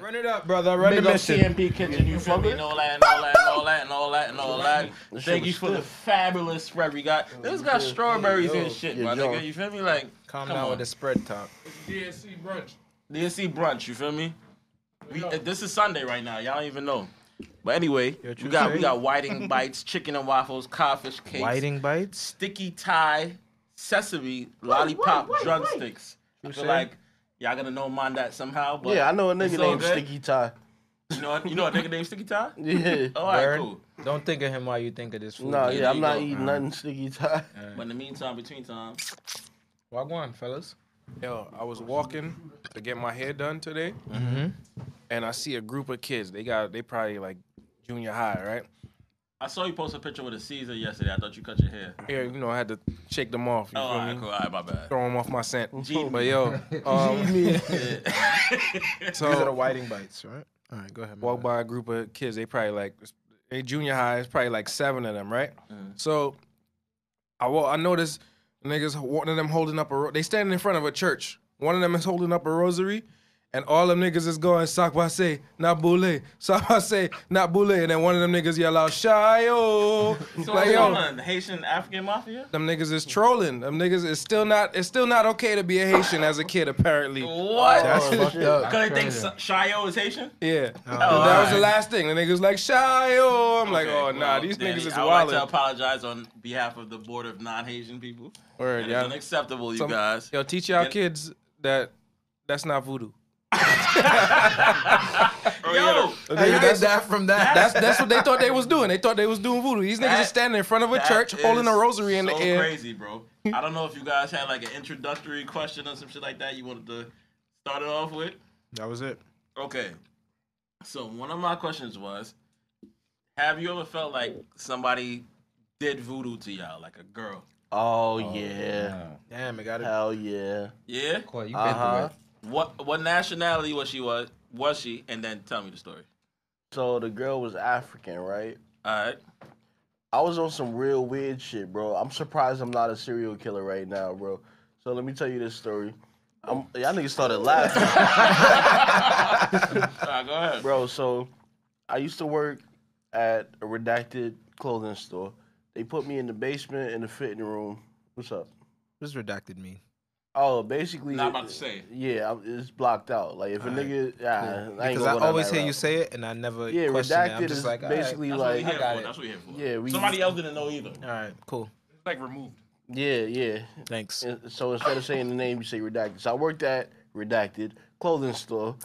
Run it up, brother. Run Big the up mission. CMP Kitchen, you Fuck feel it me? and all that and all that and all that and all that and all that. This shit Thank you was for the good. fabulous spread we got. This got strawberries and shit, Yeah, my yo. nigga. You feel me? Like, Calm come down on. with the spread talk. DSC brunch. DNC brunch. You feel me? We, uh, this is Sunday right now. Y'all don't even know. But anyway, Yo, we got we Tuesday. got whiting bites, chicken and waffles, codfish cakes, Whiting bites. sticky tie, sesame, lollipop, drumsticks. I feel say? like y'all gonna know mine that somehow. But Yeah, I know a nigga it's all named good. Sticky Tie. You know, you know a nigga named Sticky Tie? Yeah. All right, Word. cool. Don't think of him while you think of this food. Nah, yeah, yeah, there I'm you not go. eating nothing Sticky Tie. But in the meantime, between time, Wagwan, fellas. Yo, I was walking to get my hair done today, Mm-hmm. and I see a group of kids. They got they probably like junior high, right? I saw you post a picture with a Caesar yesterday. I thought you cut your hair. Yeah, you know I had to shake them off. You Oh, all feel me? right, cool. All right, my bad. Throw them off my scent. G- But yo, um, These are the so whiting bites, right? All right, go ahead. walk by a group of kids. They probably like they junior high. It's probably like seven of them, right? So I wa- I noticed niggas one of them holding up a ro- they standing in front of a church. One of them is holding up a rosary, and all them niggas is going sakbase not boule sakbase not boule, and then one of them niggas yell out So shayo. like what's going yo, on? The Haitian African mafia? them niggas is trolling. Them niggas is still not it's still not okay to be a Haitian as a kid apparently. What? Oh, That's Oh, fucked up. Because they think Sa- Shayo is Haitian? Yeah, all that was Oh, right. the last thing. The niggas like shayo. I'm like, Okay, oh nah, well, these Danny, niggas is I would like wild. to apologize on behalf of the board of non-Haitian people. Word, It's yeah. unacceptable, you Some- guys. Yo, teach y'all Yeah. kids that that's not voodoo. Yo, Hey, you that's- get that from that. That's that's what they thought they was doing. They thought they was doing voodoo. These niggas That- are standing in front of a that church, holding a is rosary in so the air. crazy, bro. I don't know if you guys had like an introductory question or some shit like that you wanted to start it off with. that was it. Okay. So one of my questions was, have you ever felt like somebody did voodoo to y'all, like a girl? Oh, yeah. Damn, it got it. Hell yeah. Yeah. Boy, you been Uh-huh. through it. What what nationality was she was was she? And then tell me the story. So the girl was African, right? All right. I was on some real weird shit, bro. I'm surprised I'm not a serial killer right now, bro. So let me tell you this story. I'm, y'all niggas started laughing, All right, go ahead. bro. So I used to work at a redacted clothing store. They put me in the basement in the fitting room. What's up? What's redacted mean? Oh, basically. Not about to say. Yeah, I'm- it's blocked out. Like if a nigga, yeah, I ain't Because gonna I go down always that hear you route. say it, and I never Yeah, question it. I'm redacted just is like, all right, basically That's like, what we here got for. it. That's what we here for. Yeah, we- Somebody else didn't know either. all right, cool, Like removed. yeah, yeah. thanks. And So instead of saying the name, you say redacted. So I worked at redacted clothing store,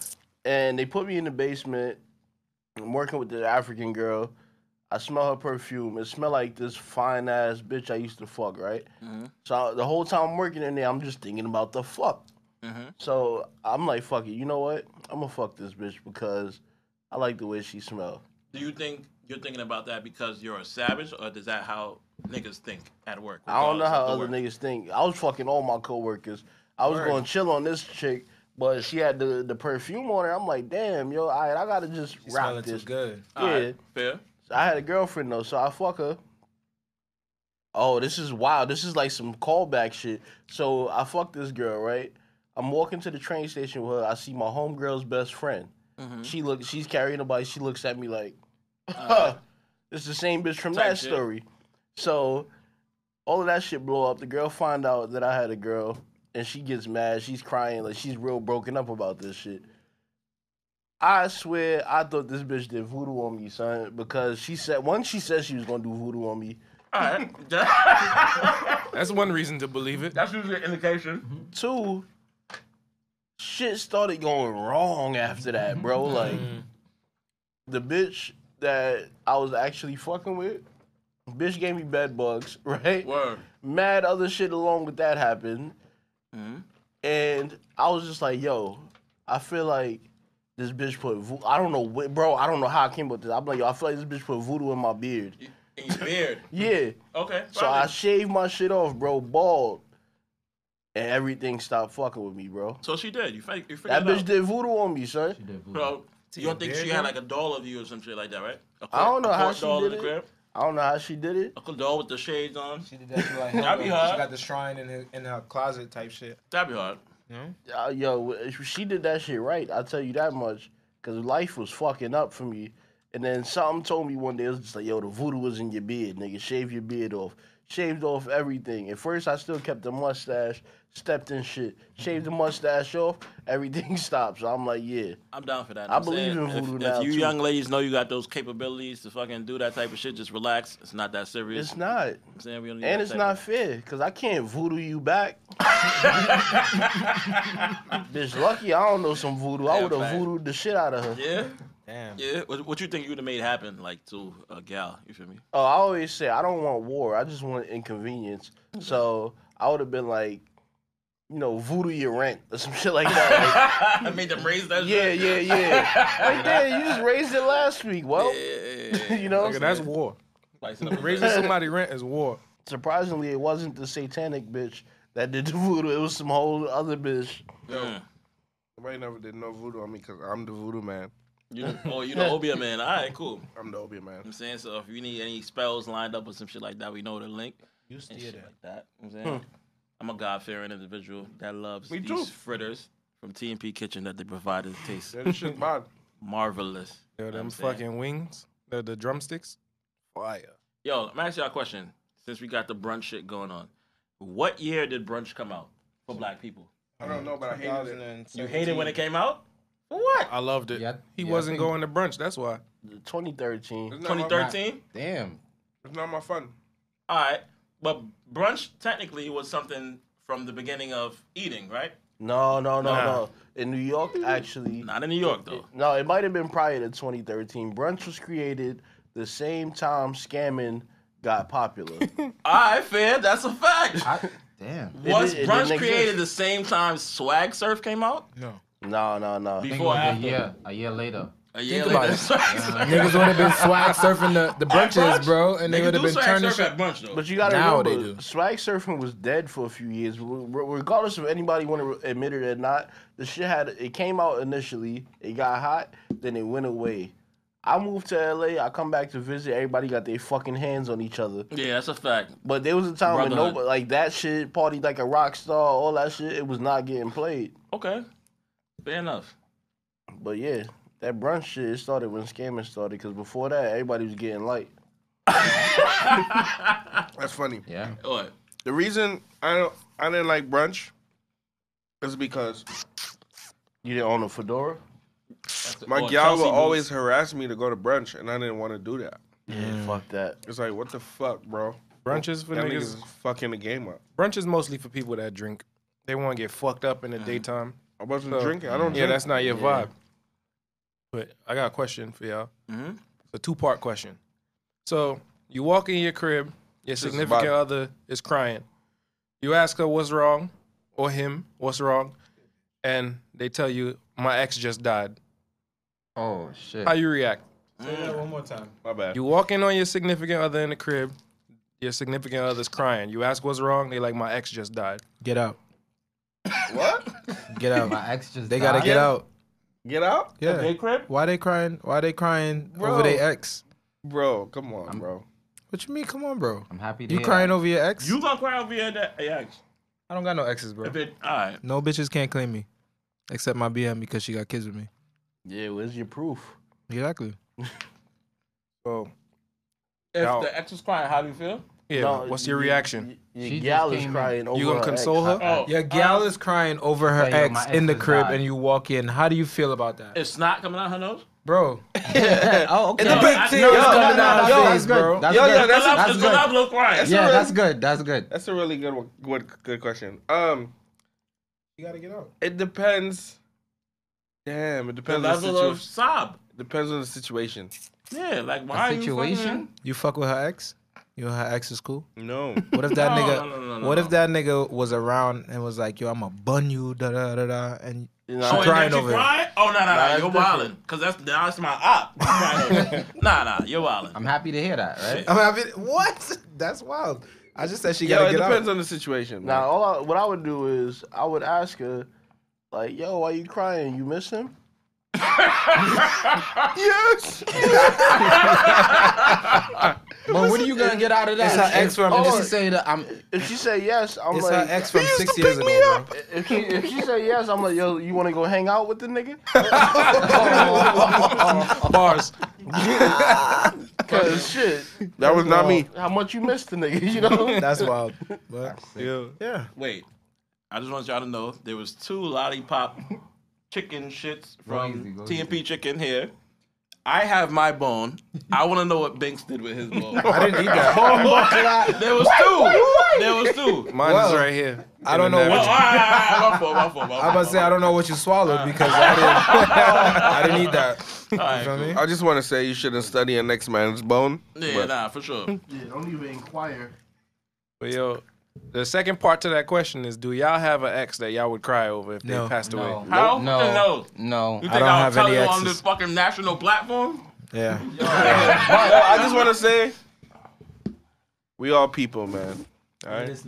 and they put me in the basement. I'm working with the African girl. I smell her perfume. It smell like this fine ass bitch I used to fuck, right? So I- the whole time I'm working in there, I'm just thinking about the fuck. So I'm like, fuck it. You know what? I'm gonna fuck this bitch because I like the way she smell. Do you think you're thinking about that because you're a savage, or is that how niggas think at work? I don't know how regardless of other the work? niggas think. I was fucking all my coworkers. I was going to chill on this chick, but she had the, the perfume on her. I'm like, damn, yo, all right, I gotta just You rock smelling this. too good. Yeah, All right, fair. So I had a girlfriend though, so I fuck her. Oh, this is wild. This is like some callback shit. So I fuck this girl, right? I'm walking to the train station with her. I see my homegirl's best friend. Mm-hmm. She looks. She's carrying a bike. She looks at me like, "It's the same bitch from Type that shit. story." So all of that shit blow up. The girl find out that I had a girl, and she gets mad. She's crying like she's real broken up about this shit. I swear, I thought this bitch did voodoo on me, son, because she said once she said she was gonna do voodoo on me. All right. That's one reason to believe it. That's usually an indication. Two, shit started going wrong after that, bro. Like the bitch that I was actually fucking with, bitch gave me bed bugs, right? Word. Mad other shit along with that happened, and I was just like, yo, I feel like. This bitch put, vo- I don't know, wh- bro. I don't know how I came up with this. I'm like, yo, I feel like this bitch put voodoo in my beard. And you beard. Yeah. Okay. So I shaved my shit off, bro, bald, and everything stopped fucking with me, bro. so she did. You, fi- you figured That it bitch out. did voodoo on me, son. Bro, you don't think beard she had now? like a doll of you or some shit like that, right? I I don't know how she doll did in it. the crib. I don't know how she did it. A cool doll with the shades on. She did that to like That'd be She hard. got the shrine in her, in her closet type shit. That'd be hard. Uh, yo, she did that shit right. I'll tell you that much. because life was fucking up for me. And then something told me one day, it was just like, yo, the voodoo was in your beard, nigga. Shave your beard off. Shaved off everything. At first, I still kept the mustache, stepped in shit, shaved the mustache off, everything stopped. So I'm like, yeah. I'm down for that. I I'm believe in saying, if- voodoo if, now, you too. young ladies know you got those capabilities to fucking do that type of shit, just relax. It's not that serious. It's not. I'm saying we don't need And that it's type not of- fair, because I can't voodoo you back. Bitch, lucky I don't know some voodoo. I Yeah, would have fact. voodooed the shit out of her. Yeah, Damn. yeah. What, what you think you would have made happen, like to a gal? You feel me? Oh, I always say I don't want war. I just want inconvenience. So I would have been like, you know, voodoo your rent or some shit like that. I made them raise that. Like, yeah, shit. yeah, yeah. Like, damn, you just raised it last week. Well, Yeah. you know, Nigga, that's war. Slicing up a Raising bit. somebody rent is war. surprisingly, it wasn't the satanic bitch that did the voodoo. It was some whole other bitch. Mm. Nobody never did no voodoo on me because I'm the voodoo man. You, oh, you know Obia man. All right, cool. I'm the Obi man. I'm saying so. If you need any spells lined up or some shit like that, we know the link. You and shit like that. You know what I'm saying I'm a God fearing individual that loves Me these too. fritters from TNP Kitchen that they provide. It tastes That shit's mine. marvelous. You know Yo, what them I'm saying? fucking wings, the, the drumsticks. Fire. Yo, I'm asking y'all a question. Since we got the brunch shit going on, what year did brunch come out for Black people? I don't know, but I You hated when it came out. For what? I loved it. Yeah, he yeah, I wasn't think- going to brunch. That's why. 2013. 2013. Damn. It's not my fun. All right, but brunch technically was something from the beginning of eating, right? No, no, no, Nah. no. In New York, actually. Not in New York though. No, it might have been prior to 2013. Brunch was created the same time scamming got popular. All right, fair. That's a fact. I, damn. Was It- it brunch didn't created exist. the same time Swag Surf came out? No. No, no, no. I think it Before or was a after? year, a year later. A year about later. it. Swag Surf. Niggas would have been swag surfing the, the At brunches, brunch? bro, and they Nigga, would have do been Swag turning Surf shit. at brunch though. But you gotta Now they remember, do. swag surfing was dead for a few years, Re- re- regardless of anybody want to admit it or not. The shit had it came out initially, it got hot, then it went away. I moved to LA. I come back to visit. Everybody got their fucking hands on each other. yeah, that's a fact. But there was a time when Brotherhood. nobody like that shit party like a rock star, all that shit. It was not getting played. Okay, fair enough. But yeah, that brunch shit it started when scamming started. Cause before that, everybody was getting light. That's funny. Yeah. What? The reason I don't, I didn't like brunch is because You didn't own a fedora. my Or gal Chelsea would boots. always harass me to go to brunch, and I didn't want to do that. Mm. Yeah, fuck that. It's like, what the fuck, bro? Brunches for That niggas. nigga's fucking the game up. Brunch is mostly for people that drink. They want to get fucked up in the daytime. I wasn't So- drinking. I don't Yeah, drink. that's not your vibe. But I got a question for y'all. Mhm. It's a two part question. So you walk in your crib, your is significant about- other is crying. You ask her what's wrong, or him what's wrong, and they tell you my ex just died. Oh shit. How you react? one more time. my bad. You walk in on your significant other in the crib. Your significant other's crying. You ask what's wrong. They like my ex just died. Get out. what? Get out. My ex just they gotta died. get out. Get out, Yeah. crib. Why they crying? Why they crying Bro. over their ex? bro. Come on, bro. What you mean? Come on, bro. I'm happy to You hear crying that. over your ex? You gonna cry over your dad? Yeah. I don't got no exes, bro. If it, all right. No bitches can't claim me, except my BM because she got kids with me. Yeah, where's your proof? Exactly. So If Now- the ex was crying, how do you feel? yeah, No, what's your you- reaction? Your She just gal is came in. crying over You gonna her console ex. her? Oh, Your gal is crying over her Say, yo, ex, my ex in the just crib, died. and you walk in. How do you feel about that, It's not coming out her nose. bro? Oh, okay. No, I- no, It's no, coming no, no, out no. of her yo, face, that's bro. good. That's Yo, yo, good. that's- That's It's good. not blow crying. Yeah, that's good. That's good. That's a really good one. Good, good question. Um, You gotta get out. It depends. Damn, it The depends. On the level of situ- sob. depends on the situation. Yeah, like why are you situation? You fuck with her ex? You and her ex is cool. No, What if that No, nigga? no, no, no, what no. if that nigga was around and was like, "Yo, I'ma bun you," da da da da, and You Oh, know, and crying then she over it. crying? Oh no no no, that's you're different. wilding. Cause that's that's my op. You crying over it. nah nah, you're wilding. I'm happy to hear that, right? I'm having what? That's wild. I just said she yo, gotta it get depends out. on the situation. Now, man. all I, what I would do is I would ask her, like, "Yo, why you crying? You miss him?" yes. But what are you gonna get out of that? It's her ex from- If she it's- say that I'm If she say yes, I'm It's her like, ex from six years ago. Bro. if she if she say yes, I'm like, yo, you want to go hang out with the nigga? Bars. Cause shit, That was not me. how much you miss the nigga? You know. That's wild. But Yeah. yeah, Wait, I just want y'all to know there was two lollipop chicken shits easy, from go TMP Chicken here. I have my bone. I want to know what Binks did with his bone. I didn't eat that. There was two. There was two. Mine Well, is right here. I don't know Oh, all what. right, all right, all right, my fault, my fault, my fault. I'm about to say I don't know what you swallowed because I didn't. I didn't eat that. You All right, feel me? I just want to say you shouldn't study a next man's bone. Yeah, but- nah, for sure. Yeah, don't even inquire. But yo, the second part to that question is: Do y'all have an ex that y'all would cry over if No. they passed away? no, How? no, No. no. You I think don't I'll have tell any you on exes. this fucking national platform? Yeah. I just want to say, we all people, man. All right. Is,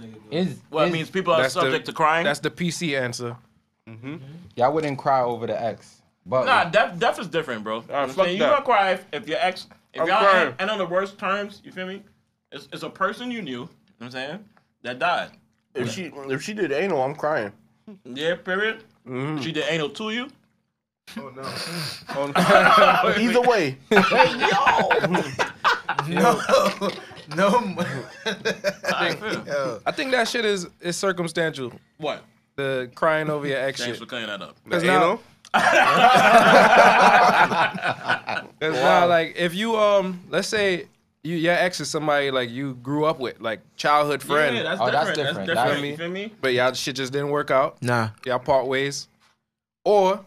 Well, it is- means people are That's the- subject to crying. That's the PC answer. y'all wouldn't cry over the ex, but Nah, death, death is different, bro. You know what I'm fuck saying? that. You gonna cry if, if your ex, if I'm y'all crying. end, end on the worst terms, you feel me? It's, it's a person you knew, you know what I'm saying, that died. If she if she did anal, I'm crying. Yeah, period. She did anal to you. Either way, No. No. I feel. Yo. I think that shit is is circumstantial. What? The crying over your ex Thanks for shit. clearing that up. Because The now, anal? cause now, like, if you um, let's say you your ex is somebody like you grew up with, like childhood friend, Yeah, that's, Oh, that's different. that's different. different. That- You feel me? but y'all shit just didn't work out. Nah, Y'all part ways, or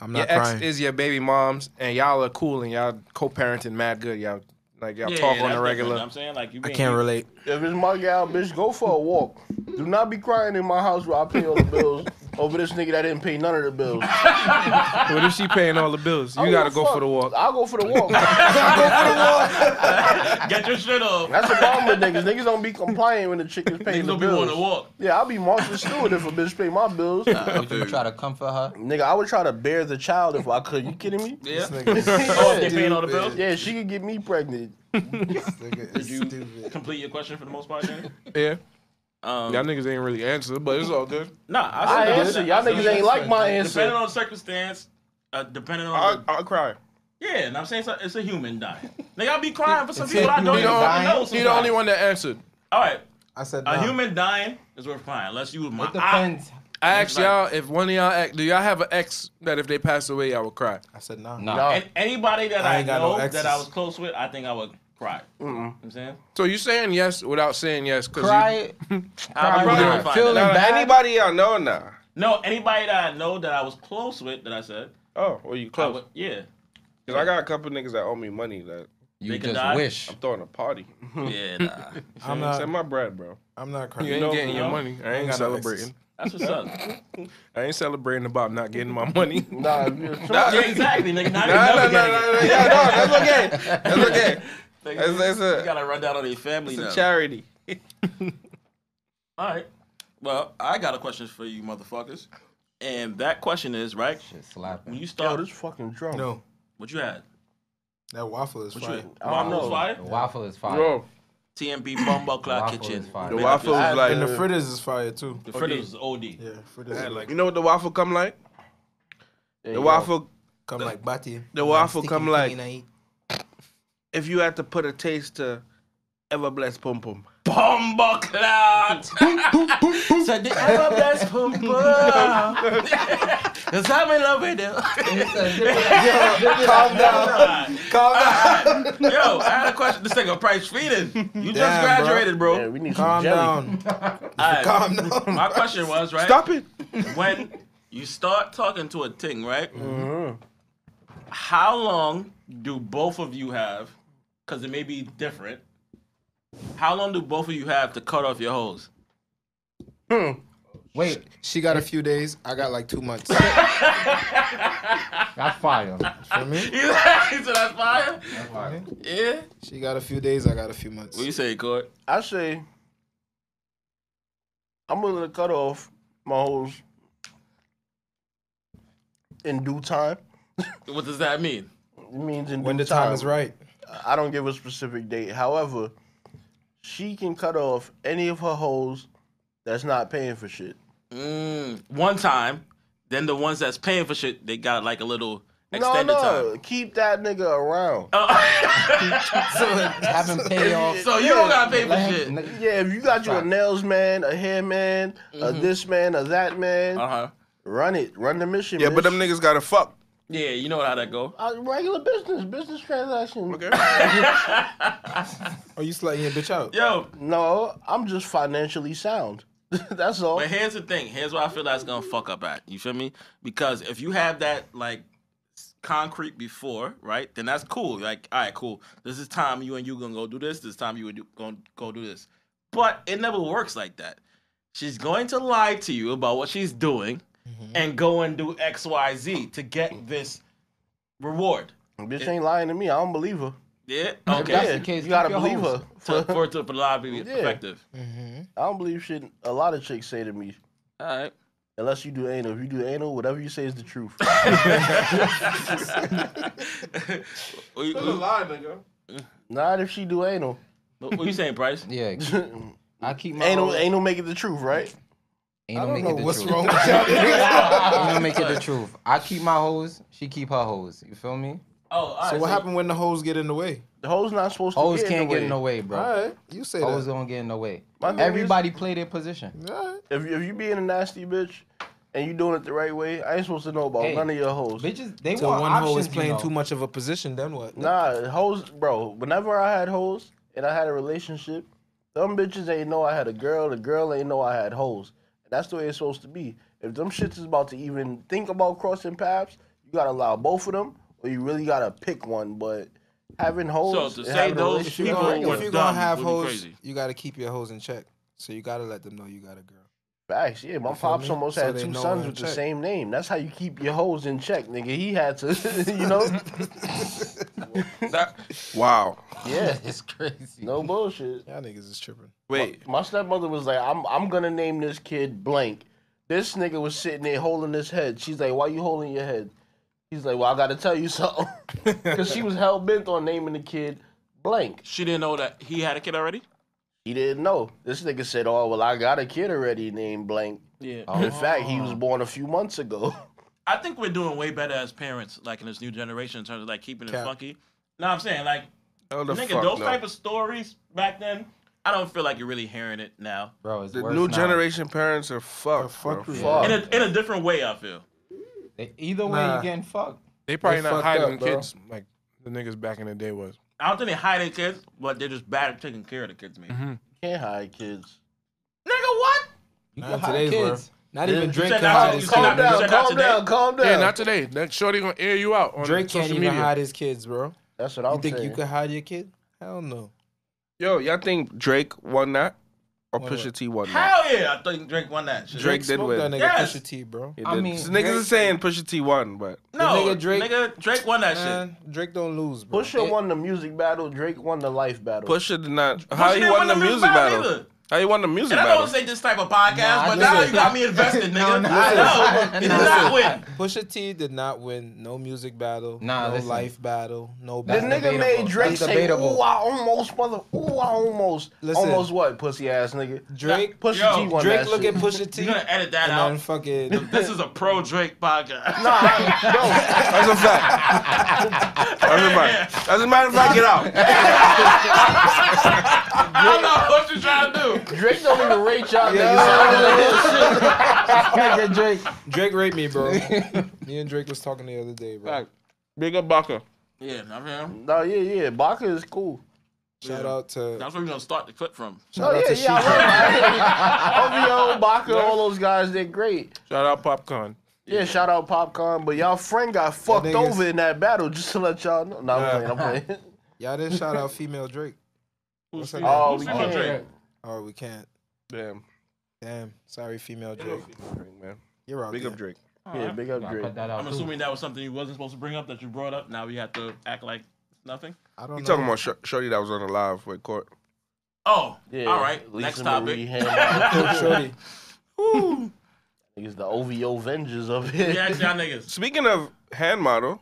I'm your not ex crying. is your baby mom's, and y'all are cool and y'all co-parenting mad good. Y'all like y'all Yeah, talk yeah, that's different, on the you know regular. what I'm saying like you. I can't relate. if it's my gal, bitch, go for a walk. Do not be crying in my house where I pay all the bills over this nigga that didn't pay none of the bills. What if she paying all the bills? You I don't gotta give a go Oh, fuck. for the walk. I'll go for the walk. I'll go for the walk. Get your shit off. That's the problem with niggas. Niggas don't be complaining when the chick is paying the Niggas don't be bills. on the walk. Yeah, I'll be Martha Stewart if a bitch pay my bills. you try to comfort her. Nigga, I would try to bear the child if I could. You kidding me? Yeah. Oh, Yeah, if they paying all the bills. Yeah, she could get me pregnant. Did you complete your question for the most part? Danny? Yeah, Um, y'all niggas ain't really answer, but it's all good. nah, I said- answer. Y'all said- niggas ain't like my Depending answer. on the circumstance, uh, depending on the, I'll cry. Yeah, and I'm saying it's a, it's a human dying. Like I'll be crying for some people I don't He even the- fucking know. He the only sometimes. one that answered. All right, I said a human dying is worth crying unless you was my It depends. I asked like- y'all if one of y'all ex, do y'all have an ex that if they pass away y'all would cry? I said nah. No. eye. And anybody that I I, ain't got no know exes. that I was close with, I think I would cry. You know what I'm saying So you saying yes without saying yes? Cause You, Cry, I'll be Cry, really fine. feeling Now, bad. anybody y'all know now? No, anybody that I know that I was close with that I said, Oh, well, you I close. would, yeah, Because I got a couple niggas that owe me money that you They can just die. wish. I'm throwing a party. yeah, nah. I'm Send not. my bread, bro. I'm not you ain't crying. know, getting no. your money. I ain't got no exes. celebrating. That's what's up. I ain't celebrating about not getting my money. Nah, if you- yeah, exactly, nigga. Now you No, no, no, never no, gonna no, no, get yeah, no, that's okay. That's okay. it. It's, it's You a, gotta run down on their family it's a now. charity. All right. Well, I got a question for you, motherfuckers. And that question is right Shit when slapping. you yo, start. this fucking drunk. No, what you had? that waffle is What fire. you? I don't Waffles know. fire? The waffle is fire. Bro, TMB Bumbo Clock Waffle Kitchen. is fire. the The Big up waffle your- was like, And the fritters is fire too. The fritters is OD. Yeah, fritters. is- you know what the waffle come like? The Yeah, yo. waffle, Come like bati. the waffle come like, I eat. if you had to put a taste to ever bless pum pum. Bumbo Clock. So did- I'm a best pum pum. Cause I'm in love with them. Calm down. Calm down. Yo, I had a question. This nigga price feeding. You just Damn, bro. graduated, bro. Yeah, we need some Um, Calm jelly. down. All right. Calm down. My question was right. Stop it. when you start talking to a thing, right? How long do both of you have? Because it may be different. How long do both of you have to cut off your hose? Wait, She got a few days. I got like two months. that's fire. For me, He said that's fire. Yeah. she got a few days. I got a few months. What you say, Court? I say, I'm willing to cut off my hoes in due time. What does that mean? It means in When due the time is right. I don't give a specific date. However, she can cut off any of her hoes that's not paying for shit. Mm, one time, then the ones that's paying for shit, they got like a little No, extended no, time. Oh. keep that nigga around. Have him pay off. So you don't gotta pay for shit. Let him- yeah, if you got you a Right. nails man, a hair man, a Mm-hmm. this man, a that man, Uh huh. run it, run the mission. Yeah, but bitch. them niggas gotta fuck. Yeah, you know how that go. Uh, regular business, business transaction. Okay. Oh, you slutting your bitch out. Yo, No, I'm just financially sound. That's all. But here's the thing. Here's where I feel that's gonna fuck up at. You feel me? Because if you have that like s- concrete before, right? Then that's cool. Like, all right, cool. This is time you and you gonna go do this. This time you would do, gonna go do this. But it never works like that. She's going to lie to you about what she's doing and go and do X, Y, Z to get this reward. Bitch ain't lying to me. I don't believe her. Yeah. If that's Okay. the case, you gotta keep your believe hoes. her. To, for it to for a lot of people, Yeah. effective. I don't believe shit. A lot of chicks say to me, All right. unless you do anal. If you do anal, whatever you say is the truth. We- we- Not if she do anal. What what you saying, Bryce? Yeah, I keep my Anal, hoes- anal make it the truth, right? Ain't I no don't make know it the what's truth. wrong with y'all. niggas. Ain't no make it the truth. I keep my hoes. She keep her hoes. You feel me? Oh, all right. so what happened when the hoes get in the way? The hoe's not supposed to Hoes get can't in the get way. in the way, bro. All right, you say Hoes that. don't get in the way. My thing Everybody play their position. All right. If, you- if you being a nasty bitch and you doing it the right way, I ain't supposed to know about Hey, none of your hoes. Bitches, they So want one options. hoe is playing you know. too much of a position, then what? Nah, hoes, bro. Whenever I had hoes and I had a relationship, them bitches ain't know I had a girl. The girl ain't know I had hoes. That's the way it's supposed to be. If them shits is about to even think about crossing paths, you gotta allow both of them, or you really gotta pick one. But having hoes, to and say having a those relationship people ain't were gonna- if you're dumb gonna have would be hoes, crazy. you gotta keep your hoes in check. So you gotta let them know you got a girl. Facts, yeah. My feel pops me? almost So had they two know sons in with the check. same name. That's how you keep your hoes in check, nigga. He had to, you know. Wow. Yeah, It's crazy. no bullshit. Y'all niggas is tripping. Wait. My stepmother was like, "I'm I'm gonna name this kid blank." This nigga was sitting there holding his head. She's like, "Why you holding your head?" He's like, "Well, I gotta tell you something," because she was hell bent on naming the kid blank. She didn't know that he had a kid already. He didn't know. This nigga said, "Oh, well, I got a kid already named blank." Yeah. In fact, he was born a few months ago. I think we're doing way better as parents, like in this new generation, in terms of like keeping it funky. No, I'm saying like, Hell the nigga, fuck those no. type of stories back then, I don't feel like you're really hearing it now. Bro, it's the worse new now. generation parents are fucked. bro. Fuck. In a in a different way, I feel. They- Either way, Nah. you getting fucked. They probably not fucked hiding up, bro. kids like the niggas back in the day was. I don't think they hide the kids, but they're just bad at taking care of the kids, man. Can't hide kids. Nigga, what? You Nah, can hide today's kids. world. Not Yeah. even You Drake said can not- hide you his said not- Calm kids. down, you said not calm today. down, calm down. Yeah, not today. That shorty gonna air you out on Drake can't social even media. hide his kids, bro. That's what I'm You think saying. you could hide your kid? Hell no. Yo, y'all think Drake won that? Or Won Pusha what? T won that? Hell yeah! I think Drake won that. Shit. Drake did Smoke win. that nigga Yes. Pusha T, bro. He I did. mean, So niggas are saying Pusha T won, but No, nigga nigga Drake, Drake- won that shit. Man, Drake don't lose, bro. Pusha won the music battle. Drake won the life battle. Pusha did not. How Pusha he didn't won win the music battle? either. How he won the music And I don't battle? say this type of podcast, Nah, but listen. now you got me invested, nigga. No, no, I know. He did not win. Pusha T did not win no music battle, Nah, no listen. life battle, no The That's battle. nigga made debatable. Drake That's say, debatable. "Ooh, I almost, mother, ooh, I almost, Listen. almost what, pussy ass nigga." Drake, Pusha Yo, T won Drake that look shit. at Pusha T You're gonna and edit that then out. fucking This is a pro Drake podcast. Nah, I- That's a fact. That's a fact. As a matter of fact, get out. I don't know what you're trying to do. bro, Drake don't even rate y'all niggas. Nigga, Drake. Drake raped me, bro. me and Drake was talking the other day, bro. Big up Baka. Yeah, I mean, no, yeah, yeah, Baka is cool. Shout out to that's where we're gonna start the clip from. No, Oh, Oh, yeah, yeah, I love OVO, Baka, all those guys, they're great. Shout out popcorn. Yeah, shout out Popcorn, but y'all friend got fucked niggas- over in that battle. Just to let y'all know. No, I'm playing. I'm playing. y'all. Didn't shout out female Drake. Who's that? Oh, who's we female can't. Drake? Oh, we can't. Damn. Damn, sorry, female Drake. Man. You're out Big there. up Drake. Yeah, big up Drake. Cut that out. I'm assuming that was something you wasn't supposed to bring up that you brought up. Now we have to act like it's nothing. I don't You know. talking about Sh- Shorty that was on the live with Court? Oh, Yeah, all right. Lisa Next Marie topic. Hand- Shorty? Niggas, the OVO Vengers of it. Yeah, y'all niggas. Speaking of hand model,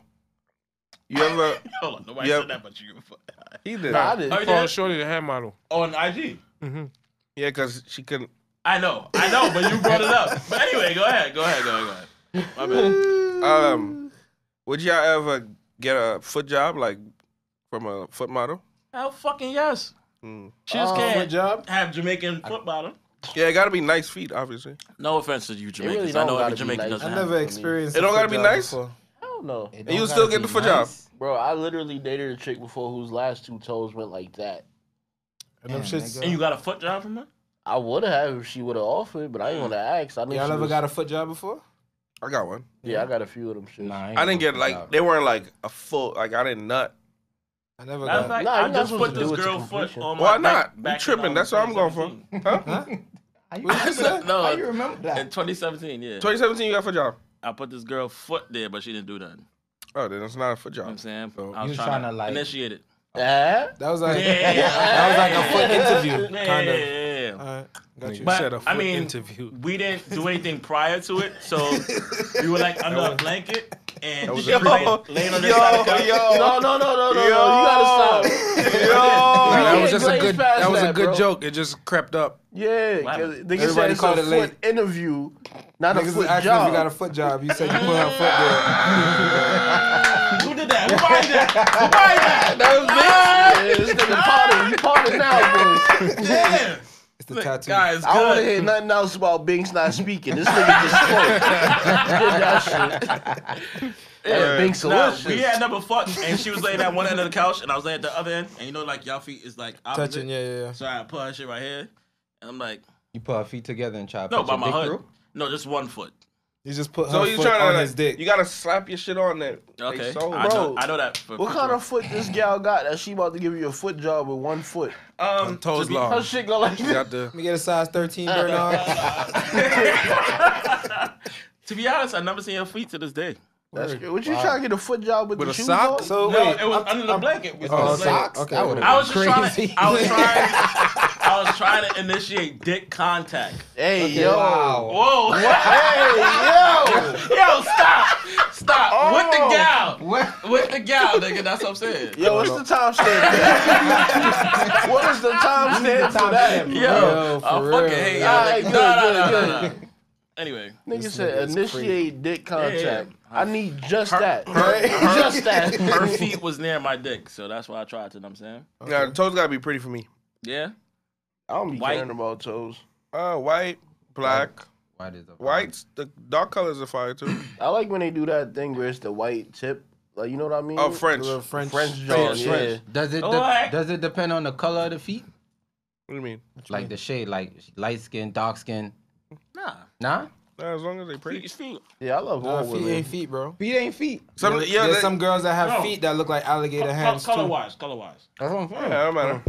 You ever? Hold on, nobody Yep. said that but you. He did. Nah, I did. Oh, you Call did? Shorty the hair model. On IG. Yeah, because she couldn't. I know, I know, but you brought it up. But anyway, go ahead, go ahead, go ahead, go ahead. My bad. Um, would y'all ever get a foot job like from a foot model? Hell fucking yes. Mm. She just Good can't job. have Jamaican foot bottom. Yeah, it gotta be nice feet, obviously. No offense to you Jamaicans. really I don't know every gotta be Jamaican nice. doesn't I have never it. experienced. It a don't foot gotta be job nice? before. I don't know. It And you don't still gotta get the be foot job. nice. Bro, I literally dated a chick before whose last two toes went like that. And them Damn, shits. And you got a foot job from her? I would have if she would have offered, but I ain't gonna ask. I knew Y'all she ever was- got a foot job before? I got one. Yeah, I got a few of them shit. Nah, I didn't get like they weren't like a full like I didn't nut. I never Matter of got. fact, Nah, you're I not just supposed put to this do it to girl foot completion. on my Why back- not? You back in, tripping, um, that's what I'm going for. 2017. Huh? No. How you remember In that? 2017, yeah. 2017, you got a foot job. I put this girl foot there, but she didn't do nothing. Oh, then it's not a foot You know what I'm saying? job. So- I was You trying, tryna, to like- initiate it. Eh? That was like Yeah, yeah, that was like a foot interview, yeah, kind yeah, of. yeah, yeah. All right, got you. But, said a I foot mean, interview. We didn't do anything prior to it, so we were like under a blanket and was was a laying, pre- laying on this side of the Yo, couch. yo, No, no, no, no, no, no. Yo. You gotta stop. yo. You That was can't just a glaze good. past That was a that, good bro. joke. It just crept up. Yeah, Wow. 'cause nigga said Everybody it's a called foot it late. interview, not a Niggas is foot asking if job. you got a foot job. You said you put her foot there. Who did that? Who bought that? Who bought that? Yeah, this nigga parted. You parted now, boy. Damn. It's the Look, tattoo. guys, I don't want to good. hear nothing else about Binks not speaking. This nigga just spoke. Did that shit. Yeah, Binks Nah, delicious. we had number fuck, and she was laying at one end of the couch, and I was laying at the other end, and you know, like y'all feet is like opposite. Touching, yeah, yeah, yeah. So I put her shit right here, and I'm like, You put her feet together and try to no, put by your my dick hood. through? No, just one foot. You just put her So you foot on trying to his dick. You gotta slap your shit on there. Okay, So, I, know, Bro, I know that. For What kind of foot this gal got that she about to give you a foot job with one foot? um Toes to be- Oh, long. Her shit go like this. Got the Let me get a size 13 burn on. To be honest, I've never seen her feet to this day. That's good. What you trying to get a foot job with, With the a shoes sock? on? So no, wait, it was I'm- under the blanket. We Oh, put the so- blanket. okay. That would've I was just been trying crazy. to. I was trying. I was trying to initiate dick contact. Hey, yo. Wow. Whoa! Hey, yo. Yo, stop! Stop! With the gal! What? With the gal, nigga. That's what I'm saying. Yo, what's the time stamp? what is the time stamp for that? Yo, Yo, for I real. fucking hate y'all. Alright, nigga. good, no, no, no, good, no, no. Anyway, Nigga said nigga is initiate dick contact. Yeah, yeah. I need just that. her- just that. her feet was near my dick, so that's why I tried to. You know what I'm saying, Nah, the toes gotta be pretty for me. yeah. I don't be White. caring about toes. Uh, white, black, Why did the whites. The dark colors are fire too. I like when they do that thing where it's the white tip. Like you know what I mean? Oh, French. little What French. French jaws. Yeah. French. Does it de- Alright. does it depend on the color of the feet? do you mean? Like the shade, like light skin, dark skin. Nah, Nah, Nah, as long as they pretty. feet, feet. Yeah, I Uh, love Nah, all feet women. ain't feet, bro. feet ain't feet. Some, There's- yeah, there's they- some girls that have No. feet that look like alligator hands color too. wise, color wise. That's what I'm saying. Yeah, it don't matter.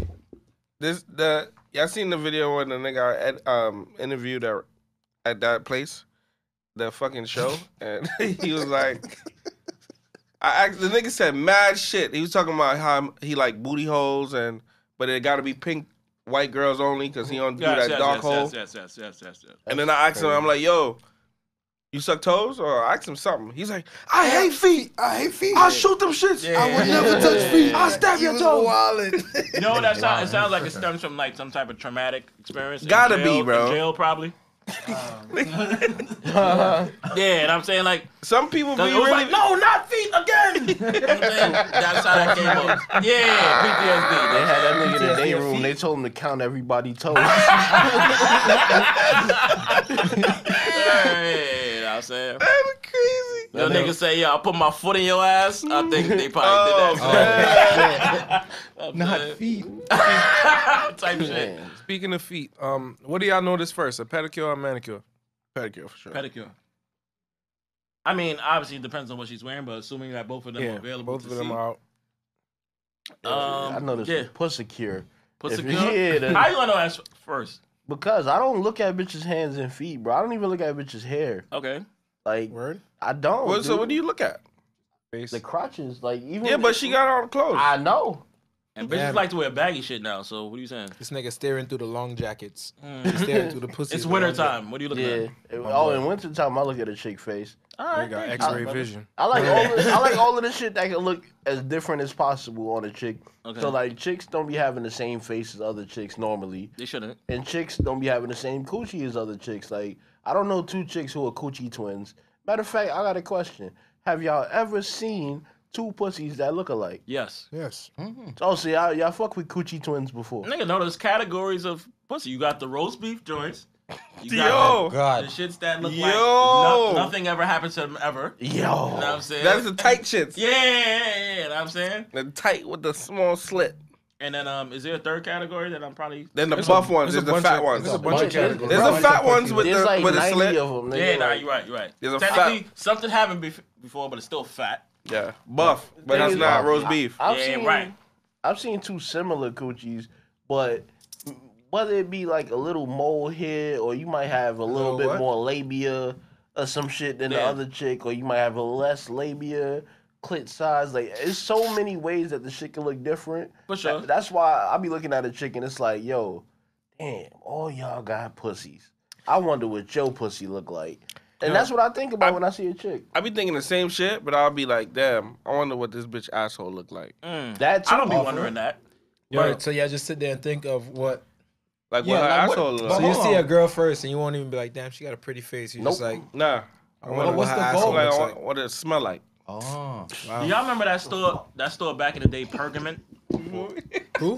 This the y'all seen the video when the nigga I ed, um interviewed at, at that place, the fucking show, and he was like, I asked, the nigga said mad shit. He was talking about how he like booty holes and but it got to be pink white girls only because he don't do Yes, that yes, dark yes, hole. Yes, yes, yes, yes, yes, yes. And then I asked him, I'm like, yo. You suck toes, or I asked him something. He's like, I hate feet. I hate feet. I shoot them shits. I would never touch feet. I stab your toes. You know what that sounds? It sounds like it stems from like some type of traumatic experience. in Gotta be, jail- bro. In jail, probably. yeah, and I'm saying like, Some people be it was really. like, no, not feet again. You know what I'm saying? That's how that came up. Yeah, PTSD. They man. had that nigga in the day room. They told him to count everybody toes. Hey, you know what I'm saying. That's crazy. Yo, nigga say, yo, I put my foot in your ass. I think they probably Oh, did man. that. Not feet. type shit. speaking of feet. Um, what do y'all notice first, a pedicure or a manicure? Pedicure for sure. Pedicure. I mean, obviously it depends on what she's wearing, but assuming that both of them are available both to of them see. are out. Um, I know this yeah. pussy cure. Pussy If- cure? yeah, that- How you gonna know that's first? Because I don't look at bitches' hands and feet, bro. I don't even look at bitches' hair. Okay. Like Word. I don't. Well, so dude. what do you look at? The crotches, like even Yeah, but she got all the clothes. I know. And bitches Yeah. like to wear baggy shit now. So what are you saying? This nigga staring through the long jackets. Mm. Staring through the pussy. It's winter time. What are you looking Yeah. at? Oh, in wintertime, I look at a chick face. All right, got thank X-ray you. vision. I like all. Of, I like all of the shit that can look as different as possible on a chick. Okay. So like, chicks don't be having the same face as other chicks normally, They shouldn't. and chicks don't be having the same coochie as other chicks. Like, I don't know two chicks who are coochie twins. Matter of fact, I got a question. Have y'all ever seen two pussies that look alike? Yes. Yes. Mm-hmm. Oh, see, y'all, y'all fuck with coochie twins before. Nigga, no, there's categories of pussy. You got the roast beef joints. You got Yo, the God. shits that look like no- Yo. nothing ever happened to them ever. You Yo. know what I'm saying? that's the tight shits. yeah, yeah, yeah, yeah, you know what I'm saying? The tight with the small slit. And then um, is there a third category that I'm probably Then the buff ones, there's there's a the bunch fat of- ones. there's a bunch of categories. There's the Bunch fat ones with There's the like with the 90 slit. of them. Yeah, nigga, nah, like- you're right, you're right. There's a Technically, something happened bef- before, but it's still fat. Yeah, buff, but Thing that's is- not roast beef. I've yeah, seen, right. I've seen two similar coochies, but whether it be like a little mole here, or you might have a little little bit what? more labia or some shit than the Yeah. other chick, or you might have a less labia, clit size. Like, it's so many ways that the shit can look different. For sure. That- that's why I be looking at a chick and it's like, yo, damn, all y'all got pussies. I wonder what your pussy look like. And that's what I think about when I see a chick. I be thinking the same shit, but I'll be like, damn, I wonder what this bitch asshole look like. That's I don't be wondering that. All right. So yeah, just sit there and think of what. Like Yeah, what her like what- asshole look but So like. you hold see on. a girl first, and you won't even be like, "Damn, she got a pretty face." You're just Nope. like, Nah. "I wonder But what what's her the asshole goal? Like, looks I want- like." what it smell like. Oh. Do y'all remember that store that store back in the day, Pergament?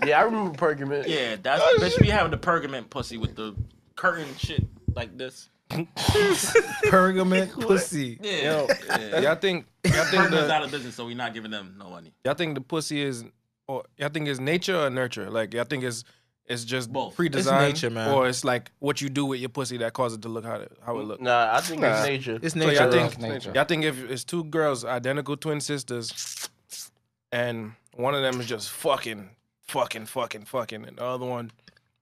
Yeah, I remember Pergamon. Yeah, that's Oh, bitch. We having the Pergament pussy with the curtain shit like this. Pergament pussy. Yeah, yeah. Y'all think y'all think Pergament's the out of business, so we not giving them no money. y'all think the pussy is or y'all think it's nature or nurture? Like y'all think it's it's just Both. pre-designed It's nature, man. or it's like what you do with your pussy that causes it to look how it, how Hmm. it look. Nah, I think it's nature. It's So nature. y'all bro. think y'all think if it's two girls, identical twin sisters, and one of them is just fucking, fucking, fucking, fucking, and the other one.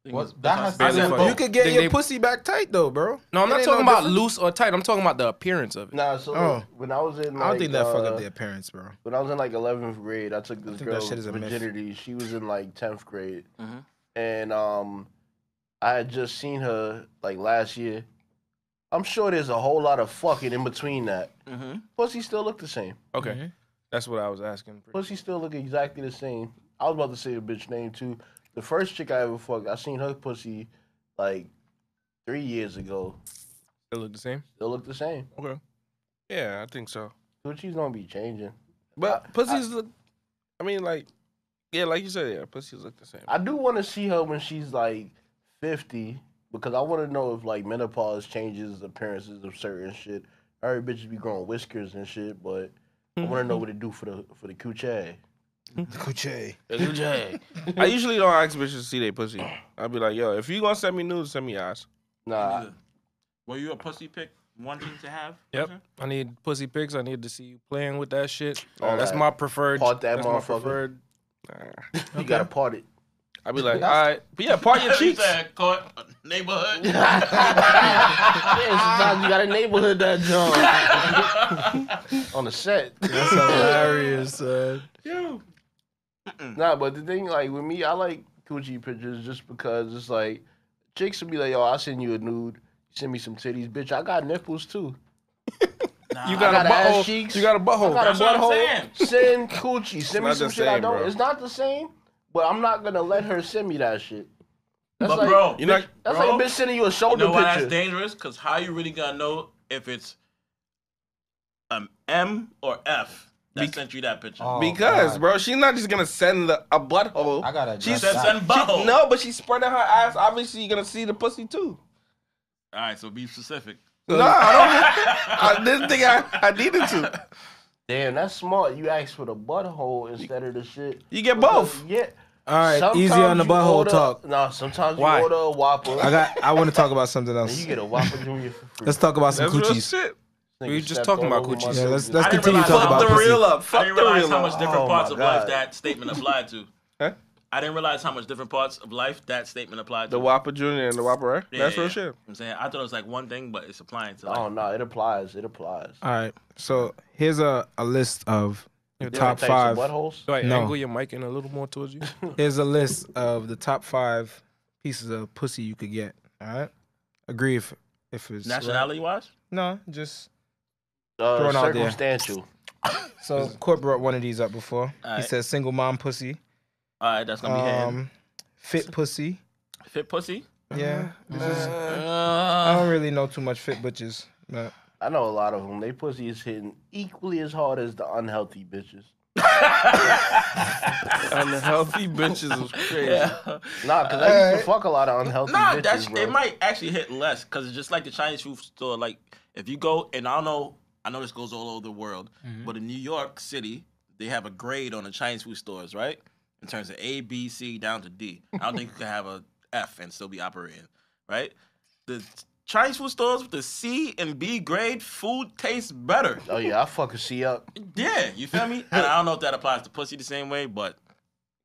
What, that has to Basically, be fuck. you could get Think your they- pussy back tight though, bro. No, I'm It not ain't talking no about difference. loose or tight. I'm talking about the appearance of it. Nah, so Oh. like, when I was in, like, I don't think that fuck uh, up their parents, bro. When I was in like 11th grade, I took this think that girl's shit is a myth. virginity. She was in like 10th grade, Mhm. and um, I had just seen her like last year. I'm sure there's a whole lot of fucking in between that. Mm-hmm. Pussy still look the same. Okay, that's what I was asking. Pussy still look exactly the same. I was about to say a bitch name too. The first chick I ever fucked, I seen her pussy like three years ago. It looked the same. Still look the same. Yeah, I think so. Coochies don't be changing. But I- pussies look I mean like yeah, like you said, yeah, pussies look the same. I do want to see her when she's like 50 because I want to know if like menopause changes appearances of certain shit. I heard bitches be growing whiskers and shit, but I want to know what it do for the for the coochie. Kuche. I usually don't ask bitches to see their pussy. I'll be like, yo, if you gonna send me nudes, send me your ass. Nah, Were you a pussy pick wanting to have? Yep. I need pussy pics. I need to see you playing with that shit. All that's right. my preferred. Part that that's my motherfucker. preferred. you gotta part it. I'll be like, all right, but yeah, part your cheeks. Said, "Caught a neighborhood. Yeah, sometimes you got a neighborhood that John on the set. That's hilarious, son. Yo. Nah, but the thing, like with me, I like coochie pictures just because it's like chicks will be like, "Yo, I send you a nude, send me some titties, bitch. I got nipples too. You I got got a ass butthole. cheeks. You got a butthole. I got a That's what I'm butthole. Send coochie. Send me not some the shit I same, don't. bro. It's not the same, but I'm not gonna let her send me that shit. That's But like, bro, You know, that's bro, like a bitch sending you a you shoulder know why that's picture. dangerous? Because how you really gonna know if it's um M or F that sent you that picture? Oh, because, God. bro, she's not just gonna send the, a butthole. I gotta She address Said that. send butthole. No, but she's spreading her ass. Obviously, you're gonna see the pussy too. All right, so be specific. No, I don't. I didn't think I, I needed to. Damn, that's smart. You asked for the butthole instead of the shit. You get both. Because, Yeah. All right, easy on the butthole talk. No, nah, sometimes Why? you order a Whopper I got. I want to talk about something and you else. get a Whopper Junior for free. Let's talk about some That's real coochies. shit. Nigga we were just stepped talking all about over my coochies. Yeah, shit. let's I let's didn't continue realize talking fuck about Fuck the pussy. real up. I Fuck the didn't realize real how much up. different Oh parts my of life God. that statement applied to. Huh? I didn't realize how much different parts of life that statement applied to. The Whopper Jr. and the Whopper, right? Yeah, That's yeah, real yeah. shit. I'm saying I thought it was like one thing, but it's applying to like. Oh no, it applies. It applies. All right. So here's a, a list of Your Different top types five. of buttholes. Do I No. angle your mic in a little more towards you? Here's a list of the top five pieces of pussy you could get. All right. Agree if if it's right. Nationality wise? No, just Uh, Thrown out there. circumstantial. so. Court brought one of these up before. He Alright. says single mom pussy, All right, that's gonna be hand. um, fit pussy. Fit pussy. Yeah, this is- I Uh, don't really know too much fit bitches, but I know a lot of them. They pussy is hitting equally as hard as the unhealthy bitches. Unhealthy bitches was crazy. yeah. Nah, because I used to fuck a lot of unhealthy Nah, bitches, that's bro. it. Might actually hit less because it's just like the Chinese food store. Like if you go, and I don't know, I know this goes all over the world, Mm-hmm. but in New York City, they have a grade on the Chinese food stores, right? In terms of A, B, C, down to D. I don't think you can have a F and still be operating, right? The Chinese food stores with the C and B grade food tastes better. Oh yeah, I fuck a C up. Yeah, you feel me? And I don't know if that applies to pussy the same way, but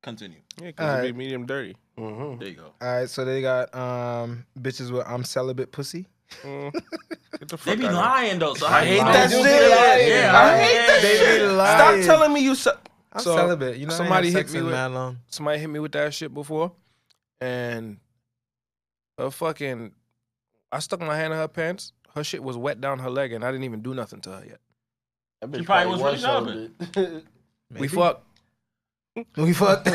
continue. Yeah, because Alright. it'd be medium dirty. Mm-hmm. There you go. all right. So they got um bitches with I'm celibate pussy. Get the fuck They be outta here. lying though, so I hate that shit. Yeah, I hate that They be lying. Stop telling me you suck. I'm So, celibate. You know, somebody somebody hit hit me me with- man long. Somebody hit me with that shit before, and a fucking, I stuck my hand in her pants. Her shit was wet down her leg, and I didn't even do nothing to her yet. That She bitch probably was really celibate. We fucked. We fucked.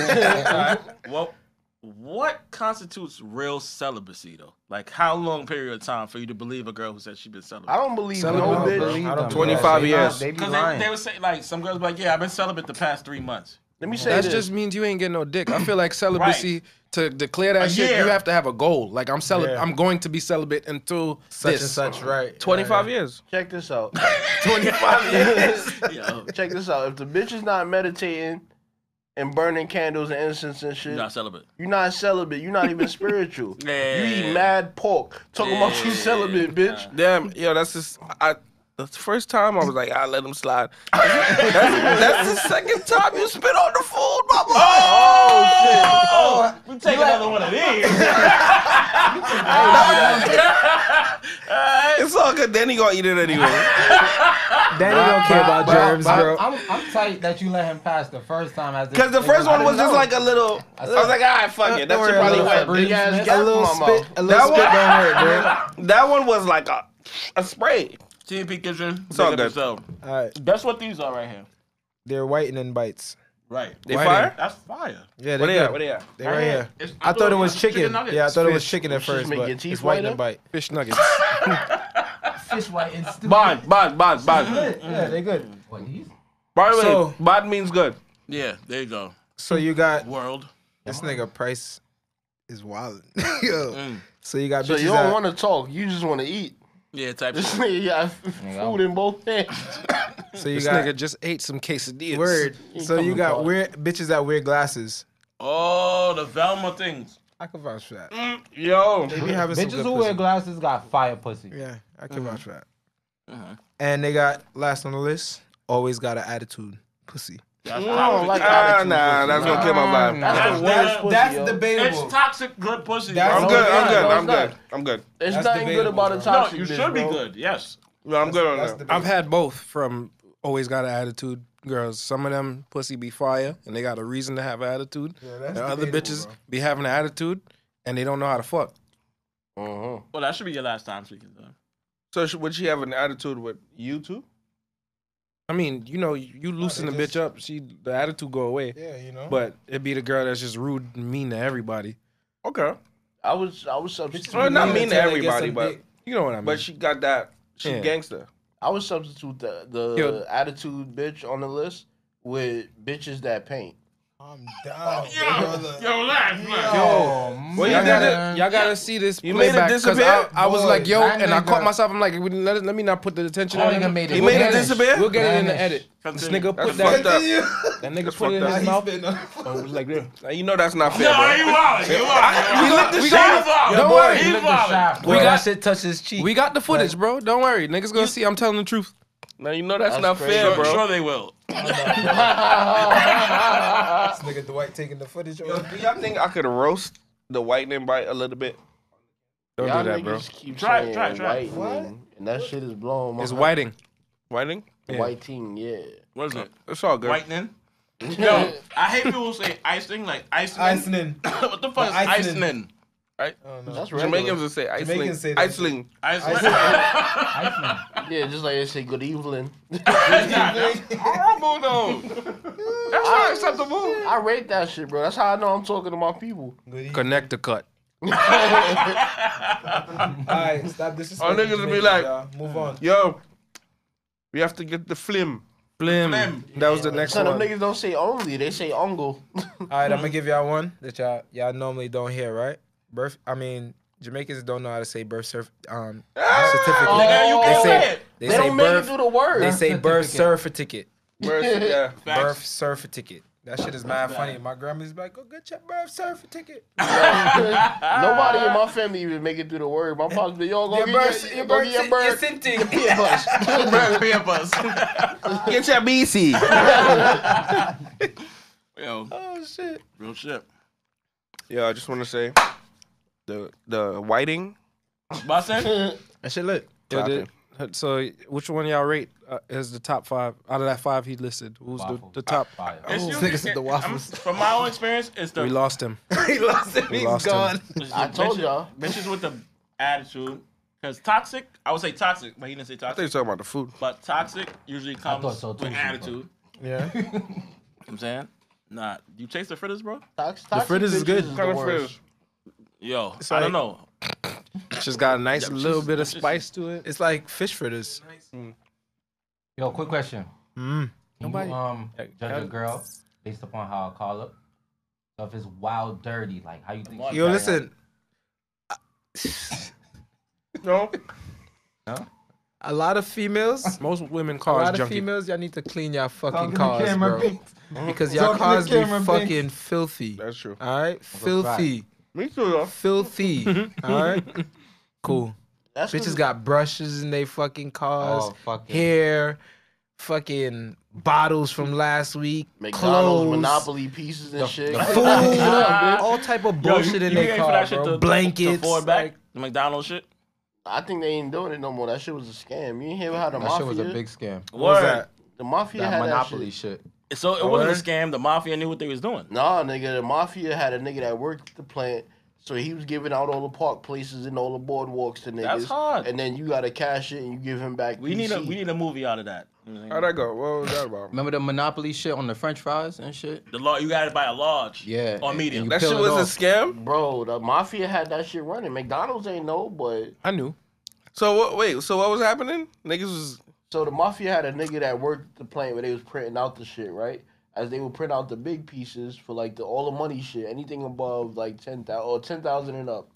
Well, what constitutes real celibacy though? Like how long period of time for you to believe a girl who said she been celibate? I don't believe Celibate, no bro. bitch. I don't believe 25 that. years. They be Because they, lying. they would say like some girls be like, yeah, I've been celibate the past three months. Let me say That this. just means you ain't getting no dick. I feel like celibacy to declare Uh, that A shit, year. you have to have a goal. Like I'm celibate, Yeah. I'm going to be celibate until Such this. and such, right? 25 years. Check this out. Yo, Check this out. If the bitch is not meditating and burning candles and incense and shit, you're not celibate. you're not celibate. You're not even spiritual. Yeah. You eat mad pork. Talking about you Yeah. celibate, bitch. Damn, yo, that's just. I, that's the first time I was like, I let him slide. that's, that's the second time you spit on the food, my boy. Oh, we take another one of these. It's all good. Then he gonna eat it anyway. Danny don't care about germs, But bro. I'm, I'm tight that you let him pass the first time. as if- Because the it first one I was didn't just know. like a little. uh, I was like, all right, fuck it. That Don't shit worry, probably I'll went. breathe. Big ass A gap, little mama. spit, a little That spit one- don't hurt, bro. That one was like a, a spray. TNP Kitchen. It's all all good. good. All right, That's what these are right here. they're whitening bites. Right. They fire? That's fire. Yeah, they're What they at? good. What they at? They're right here. It's- I thought it was it's chicken. nuggets. Yeah, I thought it was chicken at It's just first, make your but teeth it's whitening whiter? bite. Fish nuggets. Fish white and stupid. Bond, bond, bond, bond. Yeah, they're good. What, he's- By the way, So- bond means good. Yeah, there you go. So you got World. this nigga price is wild. Yo. Mm. So you got So bitches you don't that- want to talk. You just want to eat. Yeah, type This shit. nigga got food in both hands. so you this got nigga just ate some quesadillas. word. So you got weird bitches that wear glasses. Oh, the Velma things. I can vouch for that. Yo. They be having some Bitches good who wear pussy. glasses got fire pussy. Yeah, I can vouch for that. Uh-huh. And they got last on the list. Always got an attitude, pussy. That's I toxic. don't like Ah, attitude nah, pussy. that's gonna kill my vibe. That's the better- worst pussy, That's yo. debatable. It's toxic good pussy. That's bro. I'm No, good. it's I'm not. good. No, I'm it's not. good. I'm good. There's That's nothing good debatable, about a bro. No, toxic you bitch, should be bro. good. Yes. No, I'm good on that. I've had both from always got an attitude girls. Some of them pussy be fire and they got a reason to have an attitude. and other bitches be having an attitude and they don't know how to fuck. Well, that should be your last time speaking. Though. So sh- would she have an attitude with you too? I mean, you know, you, you loosen the bitch up, she the attitude go away. Yeah, you know. But it be the girl that's just rude and mean to everybody. Okay. I was, I was substituting. Well, not mean mean to until they get everybody, some but dick. You know what I mean? but she got that. She Yeah. gangster. I would substitute the the Yo. attitude bitch on the list with bitches that paint. I'm down. yo, Yo, Oh, last Well, you Y'all did gotta, it. y'all gotta see this You made it playback because I, disappear? I was Boy, like, yo, that and I caught nigga- myself. I'm like, we- let, let me not put the attention Oh, That on nigga him. made it We'll get vanish. it- We'll get it in the Vanish. edit. This nigga That's put that, fucked up. that nigga put it in fucked his mouth. Yo. It was like, this. Now, You know that's not fair, No, you bro. wild. You wild. We lit the we shot. wild. Don't Boy, worry. he Look at the wild. shaft. we got, shit touch his cheek. we got the footage, bro. Don't worry, niggas gonna see. I'm telling the truth. Now you know that's, That's not crazy. fair, bro. Sure, sure they will. This nigga Dwight taking the footage. Yo, do y'all think I could roast the whitening bite a little bit? Don't Y'all do that, bro. niggas keep Try it, saying try it, try whitening, and that shit is blowing my It's whiting. Whitening? The white team, yeah. What is it? It's all good. Whitening? No, I hate people who say icing like icing. Iceland. what the fuck is Icing. icing? That's Jamaicans regular. will say Jamaicans say Iceling. that. Iceling. Iceland. Yeah, just like they say good evening. Horrible though. That's not acceptable. I rate that shit, bro. That's how I know I'm talking to my people. Connect the cut. Alright, stop disrespecting. Our niggas will be Jamaicans, like- y'all. "Hmm." move on. Yo, we have to get the flim. Blim. Blim. That was the next So them one. niggas don't say only, they say uncle. All right, I'm gonna give y'all one that y'all y'all normally don't hear, right? Birth. I mean, Jamaicans don't know how to say birth cerf- um Ah! certificate. Nigga, you they can't say say it. they, they say don't make you birth. do the word. They say birth certificate. Where's- yeah. Facts. Birth certificate. That shit is mad funny. My grandma's like, go get your birth certificate. Nobody in my family even make it through the word. My pops be y'all go Your get birth, your, your go birth, get your your birth. certificate. Yeah, but- Beer bus. Get your BC. Yo. Oh shit. Real shit. Yeah, I just want to say the the whiting. Bussin? That shit look. Yo, did- Clapping. so which one y'all rate uh, as the top five out of that five he listed? Who's the, Waffle. the top? Fire. It's usually- niggas at the I'm- waffles. From my own experience, it's We the lost him. he lost it. He's lost him. gone. it's the I told bitches- y'all. Bitches with the attitude. Because toxic, I would say toxic, but he didn't say I think toxic. you're talking about the food. But toxic usually comes so, too, with Chico. attitude. Yeah. You know what I'm saying? Nah. You chase the fritters, bro? Tox- toxic fritters is bitches good. the Kind of worst. fish. Yo. I don't know. Just got a nice little bit of spice to it. It's like fish fritters. Yo, quick question. Mm. Can you um judge a girl based upon how I call her? So if it's wild dirty, like how you think? she Yo, carry listen. No, A lot of females. Most women Oh, A call us lot of junkie. females, y'all need to clean y'all Talking fucking to cars, camera, bro. bitch. Because y'all Talking to cars be camera, bitch. fucking filthy. that's true. All right, filthy, Me too, though. filthy. All right, cool. That's Bitches just- got brushes in their fucking cars, Oh, fuck it. hair, fucking bottles from last week, McDonald's clothes, Monopoly pieces and shit. food, all type of Yo, you- bullshit in you their ain't for that car, shit bro. to- to Blankets. forward back, the McDonald's shit. I think they ain't doing it no more. That shit was a scam. You ain't hear how the That mafia shit was a big scam. Word. the mafia That had monopoly that shit. shit. So it wasn't a scam. The mafia knew what they was doing. Nah, nigga, the mafia had a nigga that worked at the plant, so he was giving out all the park places and all the boardwalks to niggas. That's hard. And then you gotta cash it and you give him back. We need a PC. we need a movie out of that. How'd that go? What was that about? Remember the monopoly shit on the French fries and shit? The law you got to buy a large. Yeah, Or and- medium. and That Peel shit it was off. a scam. Bro, the mafia had that shit running. McDonald's ain't no, but I knew. So what? Wait. So what was happening? Niggas was so the mafia had a nigga that worked the plant where they was printing out the shit, right? As they would print out the big pieces for like the all the money shit, anything above like ten thousand or ten thousand and up.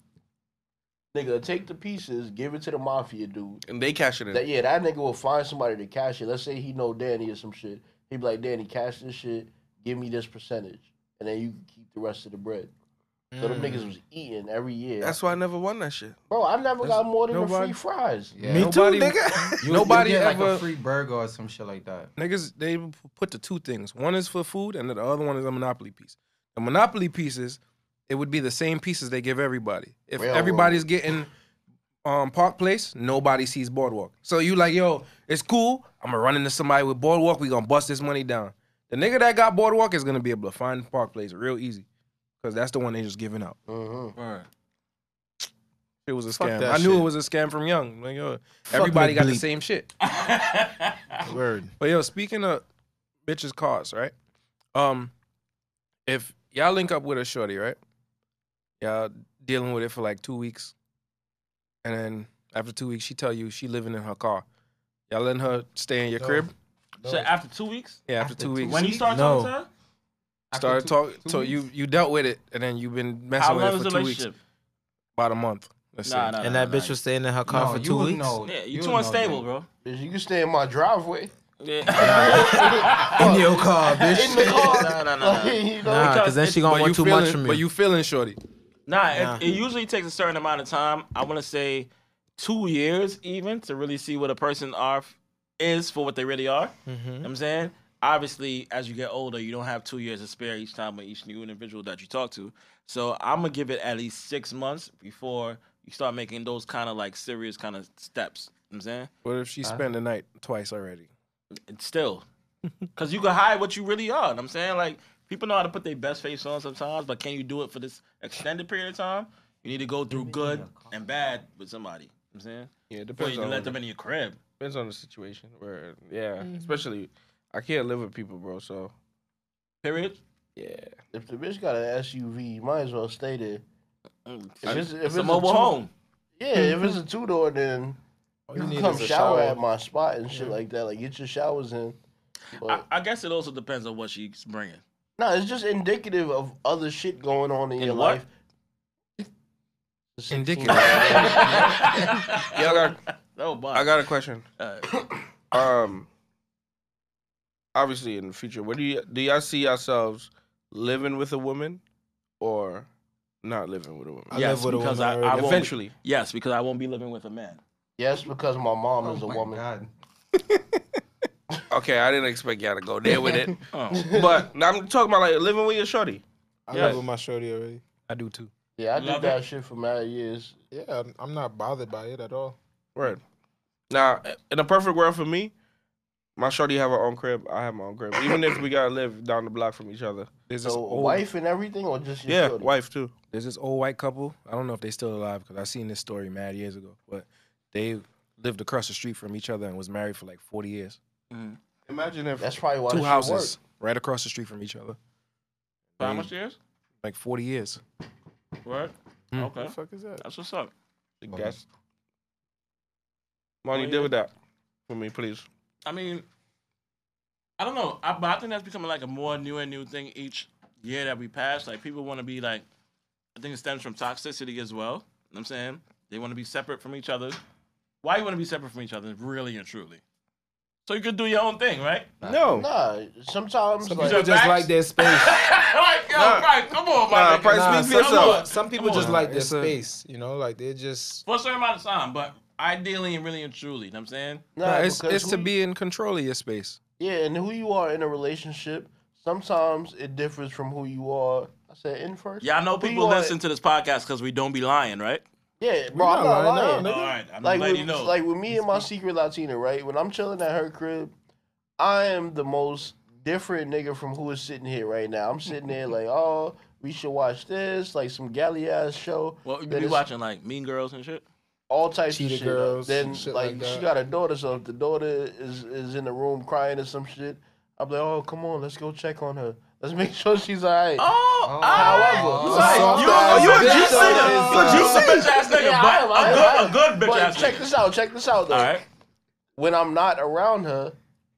Nigga, take the pieces, give it to the mafia dude. and they cashing That it. yeah, that nigga will find somebody to cash it. Let's say he know Danny or some shit. He'd be like, Danny, cash this shit. Give me this percentage, and then you can keep the rest of the bread. So them niggas was eating every year. That's why I never won that shit. Bro, I never got more than the nobody- free fries. Yeah. Me Nobody- too, nigga. You, Nobody you get like ever- a free burger or some shit like that. Niggas, they p- put the two things. One is for food, and the other one is a monopoly piece. The monopoly pieces, it would be the same pieces they give everybody. If Railroad. everybody's getting um, Park Place, nobody sees Boardwalk. So you like, yo, it's cool. I'm gonna run into somebody with Boardwalk. We gonna bust this money down. The nigga that got Boardwalk is gonna be able to find Park Place real easy, because that's the one they just giving out. Mm-hmm. It was a Fuck scam. that I knew shit. it was a scam from young. Like, yo, everybody got the McBleep. same shit. Word. But yo, speaking of bitches' cars, right? Um, if y'all link up with a shorty, right? Y'all dealing with it for like two weeks, and then after two weeks, she tell you she living in her car. Y'all letting her stay in your crib? So after two weeks, Yeah, after, two, weeks. when you start No. talking to her, started talking, so you you dealt with it, and then you've been messing how with long it is for the two weeks, relationship? about a month. Let's Nah, say. nah, And nah, that nah. bitch was staying in her car for you two would weeks. know. Yeah, you You too would know unstable, that. bro. You can stay in my driveway. Yeah. In your car, bitch. In the car. Nah, nah, nah, nah. Like, you know, Nah, because then she gonna But you want too feeling, much from but me. you feeling shorty. nah, it, it usually takes a certain amount of time. I want to say two years even to really see what a person are is for what they really are. You know what I'm saying. Obviously, as you get older, you don't have two years to spare each time with each new individual that you talk to. So I'm gonna give it at least six months before you start making those kind of like serious kind of steps. You know what I'm saying. What if she spent the night twice already? It's still, because you can hide what you really are. And I'm saying like people know how to put their best face on sometimes, but can you do it for this extended period of time? You need to go through good and bad with somebody. I'm saying, Yeah, it before depends you can on let them in your crib. depends on the situation. Where yeah, especially I can't live with people, bro. So Period. yeah, If the bitch got an SUV, you might as well stay there. If it's, if It's a two- mobile home. Yeah, if it's a two door, then you, can come shower, at my spot and shit like that. Like get your showers in. But I, I guess it also depends on what she's bringing. no, it's just indicative of other shit going on in, your what? life. Indicative. yeah. I got Oh, boy. I got a question. Uh, Um, obviously in the future, what do you do? Y'all see yourselves living with a woman or not living with a woman? I yes, live with a because woman I, already. I won't. Be, Eventually, yes, because I won't be living with a man. Yes, because my Oh mom is a woman. okay. I didn't expect y'all to go there with it, Oh. but I'm talking about like living with your shorty. I Yeah. live with my shorty already. I do too. Yeah, I did Love that shit for mad years. Yeah, I'm, I'm not bothered by it at all. Right. Now, in a perfect world for me, my shorty have her own crib. I have my own crib. Even if we gotta live down the block from each other. There's this So old, wife and everything, or just your Yeah, shorty? wife too. There's this old white couple. I don't know if they're still alive because I seen this story mad years ago. But they lived across the street from each other and was married for like 40 years. Imagine if That's probably why Two this shit houses right across the street from each other, How much years? like 40 years. Right. Okay. fuck is that? That's what's up. the gas. Money, deal with that for me, please. I mean, I don't know, I, but I think that's becoming like a more new and new thing each year that we pass. Like people want to be like, I think it stems from toxicity as well. You know what I'm saying they want to be separate from each other. Why you want to be separate from each other? Really and truly. So you could do your own thing, right? No. Nah, sometimes Some like, people just facts? like their space. like, yo, Nah. right, come on, my Nah, nigga. Price, Nah, speak some for yourself. people- Some people just on. like their It's a- space, you know, like they're just For a certain amount of time, but ideally and really and truly, you know what I'm saying? nah, Nah, it's because it's to who- be in control of your space. Yeah, and who you are in a relationship, sometimes it differs from who you are. I said in first. Yeah, I know Who you people are- listen to this podcast because we don't be lying, right? Yeah, bro, not I'm not lying lying. now, All right, I'm like letting with, you know. like with me and my secret Latina, right? When I'm chilling at her crib, I am the most different nigga from who is sitting here right now. I'm sitting there like, oh, we should watch this, like some galley ass show. well, you Then be it's watching like Mean Girls and shit. all types Cheetah of shit. Girls then and shit like, like that. she got a daughter, so if the daughter is is in the room crying or some shit, I'm like, oh come on, let's go check on her. Let's make sure she's alright. Oh, However, soft you, ass you a bitch juicy, ass, nigga. uh, you a bitch ass nigga, Yeah, I am, but I a am, I am. good, a good bitch but ass check nigga. this out. Check this out though. All right, When I'm not around her,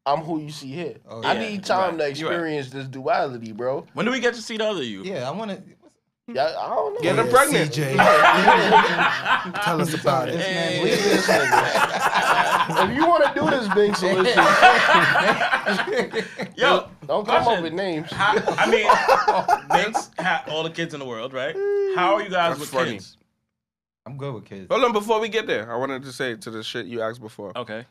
I'm who you see here. I Oh, yeah, need time you to right, you right. experience this duality, bro. when do we get to see the other you? Yeah, I want to. Hmm. Yeah, I I don't know. Get her pregnant. tell us about it. Leave this nigga. if you want to do this, Big Solution, Yo, don't come Question. up with names. how, I mean, Vince had all the kids in the world, right? How are you guys That's with funny. kids? I'm good with kids. Hold on, before we get there, I wanted to say to the shit you asked before. Okay,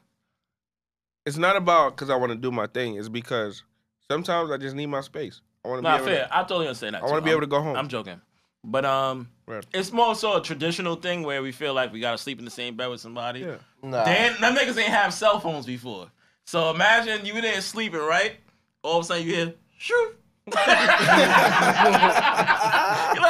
It's not about because I want to do my thing. It's because sometimes I just need my space. I want to nah, be able fair. to, I totally understand that. I want to too. be able to go home. I'm joking, but um, Right. it's more so a traditional thing where we feel like we gotta sleep in the same bed with somebody. Yeah. Nah. Dan, them niggas ain't have cell phones before. So imagine you there sleeping, right? All of a sudden you hear, shoo. You're like,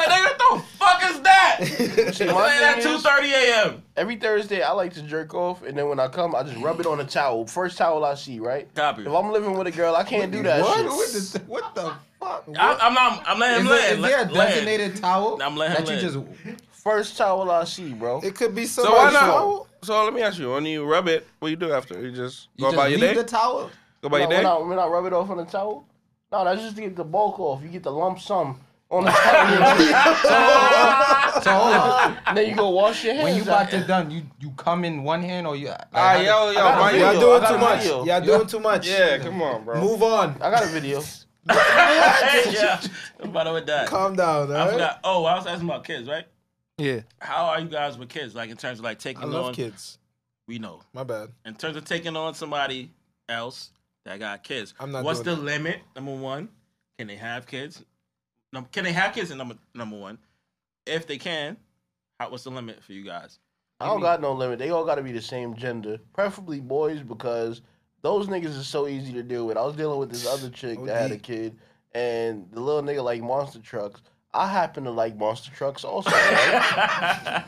nigga, what the fuck is that? It's my like at thing is- 2.30 a.m. Every Thursday, I like to jerk off, and then when I come, I just rub it on a towel. First towel I see, right? Copy. If I'm living with a girl, I can't do that What? shit. What the, what the fuck? I, I'm, I'm, I'm letting him is, there- land. is Let- there a land. designated towel I'm letting him that you land. just? First towel I see, bro. It could be so why somebody's not? fault. So let me ask you: When you rub it, what you do after? You just You go just about your leave day. the towel. go about No, your day. when, I, when I rub it off on the towel, no, that's just to get the bulk off. You get the lump sum on the towel, So hold on. and then you go wash your hands. when you out. got it done, you you come in one hand or you? Like, Ah, how yo, yo, I got a video. my, Y'all yo. doing I got too a much. video. Y'all doing too much. Yeah, come on, bro. Move on. I got a video. Hey, yeah. I'm about to with that. Calm down, I all right? forgot. Oh, I was asking about kids, right? Yeah. How are you guys with kids? Like in terms of like taking I love on kids. we know. My bad. In terms of taking on somebody else that got kids. I'm not What's doing the limit? Number one, can they have kids? Num- can they have kids? And number number one, if they can, how, what's the limit for you guys? I don't got no limit. They all got to be the same gender, preferably boys, because those niggas is so easy to deal with. I was dealing with this other chick that had a kid, and the little nigga like monster trucks. I happen to like monster trucks also. right?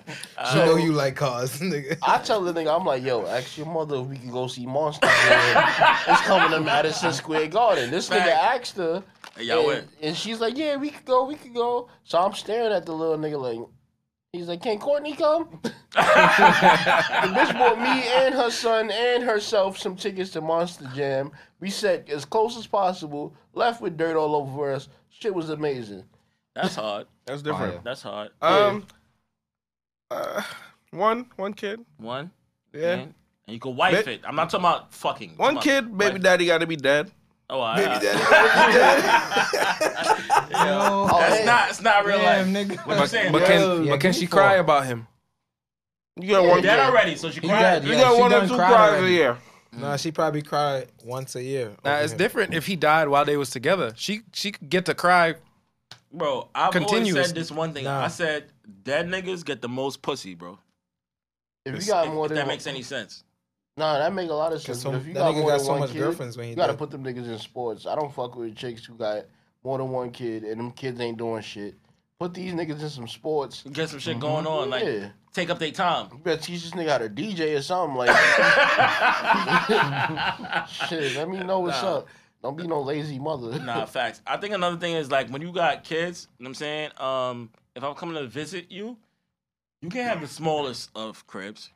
you know you like cars, nigga. I tell the nigga, I'm like, yo, ask your mother if we can go see Monster. Jam. it's coming to Madison Square Garden. This nigga asked her, And y'all and, went. and she's like, yeah, we could go, we could go. So I'm staring at the little nigga like, he's like, can Courtney come? the bitch bought me and her son and herself some tickets to Monster Jam. We sat as close as possible, left with dirt all over us. Shit was amazing. That's hard. That's different. That's hard. Um, uh, one one kid. One. Yeah. And and you can wife Ba- it. I'm not talking about fucking. One Come on, kid, baby wife. daddy got to be dead. Oh, all right, all right. Yo, Oh, It's hey. not. It's not real life. damn, nigga. What I'm saying. But Dead can, Yeah, but can give she me cry four. about him? You got one. kid. already, so she He cried. dead, You yeah, got she one or done two cried cries a already. year. Nah, she probably cried once a year. Nah, over it's him. different if he died while they was together. She she could get to cry. Bro, I've always Continuous. said this one thing. Nah. I said dead niggas get the most pussy, bro. If you got If- more if than that one- makes any sense. Nah, that make a lot of sense. Cause some- but if you that got nigga more got than so one much kid, girlfriends when he you gotta dead. put them niggas in sports. I don't fuck with chicks who got more than one kid and them kids ain't doing shit. Put these niggas in some sports. Mm-hmm. Get some shit going on, like Yeah. take up their time. You better teach this nigga how to DJ or something. Like, shit, let me know what's Nah. up. Don't be no lazy mother. Nah, facts. I think another thing is like when you got kids, you know what I'm saying? Um, if I'm coming to visit you, you can't have the smallest of cribs.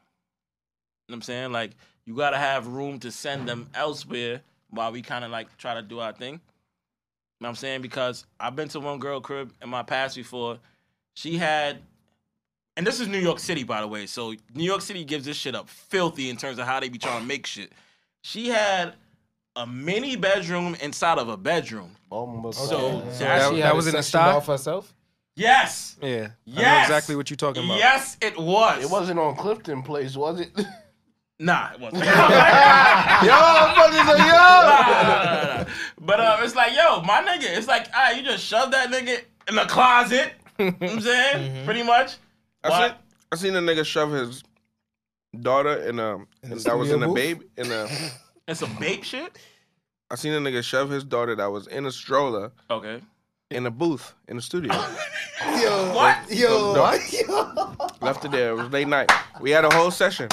You know what I'm saying? Like you gotta have room to send them elsewhere while we kinda like try to do our thing. You know what I'm saying? Because I've been to one girl crib in my past before. She had and this is New York City, by the way. So New York City gives this shit up filthy in terms of how they be trying to make shit. She had a mini bedroom inside of a bedroom. Bum, So bum. so That- she- that was in the stock? Off herself. yes, Yeah, I know Yes! exactly what you're talking about. yes, it was. it wasn't on Clifton Place, was it? Nah, it wasn't. yo, fuckers, yo. But uh, it's like, yo, my nigga, it's like, ah, you just shove that nigga in the closet. you know what I'm saying, pretty much. I seen, But I seen a nigga shove his daughter in a a that was studio in a booth? baby in a. it's some babe shit. I seen a nigga shove his daughter that was in a stroller Okay. in a booth in the studio. Yo, What? Yo, No. Left it there. It was late night. We had a whole session.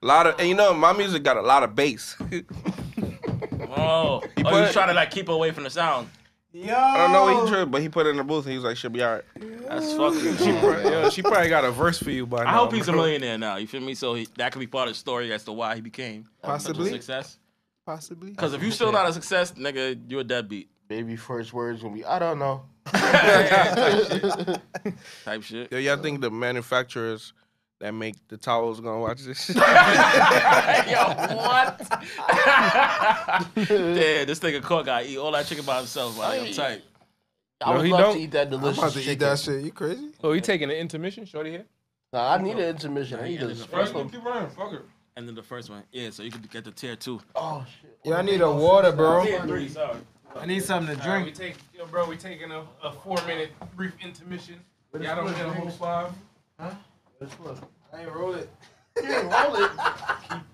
A lot of and you know my music got a lot of bass. Oh, oh, you trying to like keep away from the sound? I don't know what Oh. he tripped, but he put it in the booth and he was like, "Should be alright." That's fucking. Yo, she probably got a verse for you by now. I hope he's a bro. millionaire now. You feel me? So he, that could be part of the story as to why he became a possibly, success. possibly. Because if you still not a success, nigga, you a deadbeat Baby, first words gonna be, I don't know. type shit. Yo, y'all think the manufacturers that make the towels gonna watch this? shit? Yo, what? Damn, this nigga Cork got eat all that chicken by himself. Wow, I'm tight. I No, would he love don't. to eat that I'm about delicious to chicken. eat that shit. You crazy? Oh, you taking an intermission, shorty here? Nah, I need an intermission. I need this. First one. Keep running, fuck it. And then the first one, yeah. So you could get the tier two. Oh shit. Yo, I need a water, bro. three, sorry. I need something to drink. take, yo, bro, we taking a, a four minute brief intermission. Y'all don't get a whole five. I ain't roll it. Roll it. Keep